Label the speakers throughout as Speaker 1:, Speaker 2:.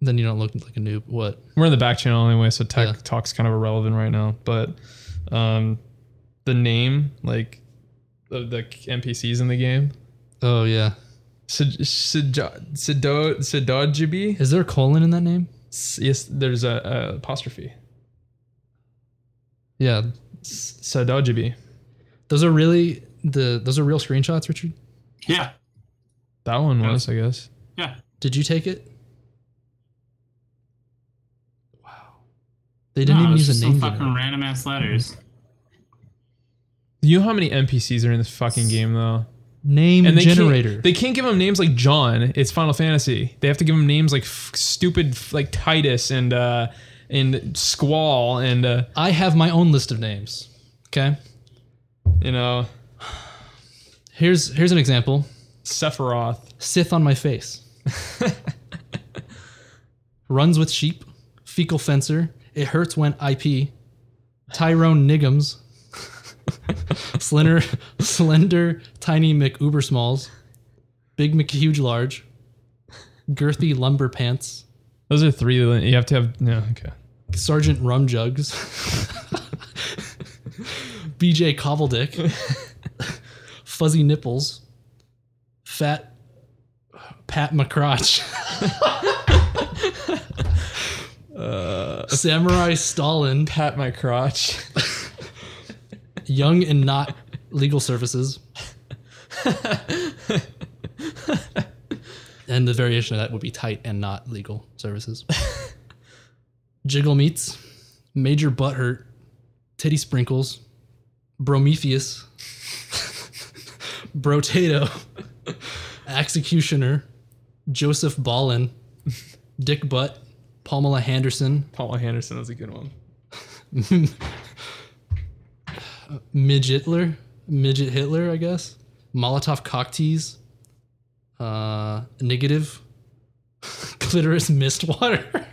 Speaker 1: Then you don't look like a noob. What?
Speaker 2: We're in the back channel anyway, so tech
Speaker 1: Yeah.
Speaker 2: talk's kind of irrelevant right now. But um, the name, like of the NPCs in the game,
Speaker 1: Oh yeah.
Speaker 2: Sid- Sidja- Sido- Sidojibi.
Speaker 1: Is there a colon in that name?
Speaker 2: S- Yes, there's a, a apostrophe.
Speaker 1: Yeah.
Speaker 2: S- Sidojibi.
Speaker 1: Those are really the those are real screenshots, Richard.
Speaker 3: Yeah.
Speaker 2: That one was, I guess.
Speaker 3: Yeah.
Speaker 1: Did you take it? Wow. They didn't
Speaker 3: No,
Speaker 1: even
Speaker 3: it's
Speaker 1: use
Speaker 3: just
Speaker 1: a name.
Speaker 3: some
Speaker 1: generator.
Speaker 3: fucking random ass letters.
Speaker 2: You know how many NPCs are in this fucking game though?
Speaker 1: Name
Speaker 2: And they
Speaker 1: generator.
Speaker 2: Can't, they can't give them names like John. It's Final Fantasy. They have to give them names like f- stupid f- like Titus and uh and Squall and uh
Speaker 1: I have my own list of names. Okay.
Speaker 2: you know
Speaker 1: Here's here's an example.
Speaker 2: Sephiroth.
Speaker 1: Sith on my face. Runs with sheep. Fecal fencer. It hurts when IP. Tyrone Niggums. Slender, slender, tiny Mc Uber Smalls. Big McHuge Large. Girthy Lumber Pants.
Speaker 2: Those are three that you have to have. No, okay.
Speaker 1: Sergeant Rum Jugs, BJ Cobbledick, Fuzzy Nipples, Fat Pat McCrotch, Samurai Stalin,
Speaker 2: Pat my crotch.
Speaker 1: Young and Not Legal Services, and the variation of that would be Tight and Not Legal Services. Jiggle Meats, Major Butthurt, Titty Sprinkles, Prometheus, Brotato, Executioner, Joseph Ballin, Dick Butt, Pamela Henderson,
Speaker 2: Paula Henderson was a good one.
Speaker 1: Midgetler, Midget Hitler, I guess. Molotov cocktease, uh, negative, clitoris mist water.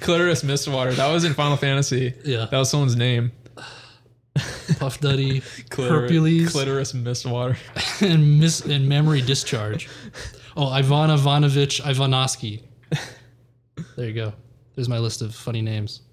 Speaker 2: Clitoris Mistwater. That was in Final Fantasy.
Speaker 1: Yeah.
Speaker 2: That was someone's name.
Speaker 1: Puff Duddy,
Speaker 2: Clitor-
Speaker 1: Hercules,
Speaker 2: Clitoris Mistwater.
Speaker 1: and mis- and memory discharge. Oh, Ivana Ivanovich Ivanovsky. There you go. There's my list of funny names.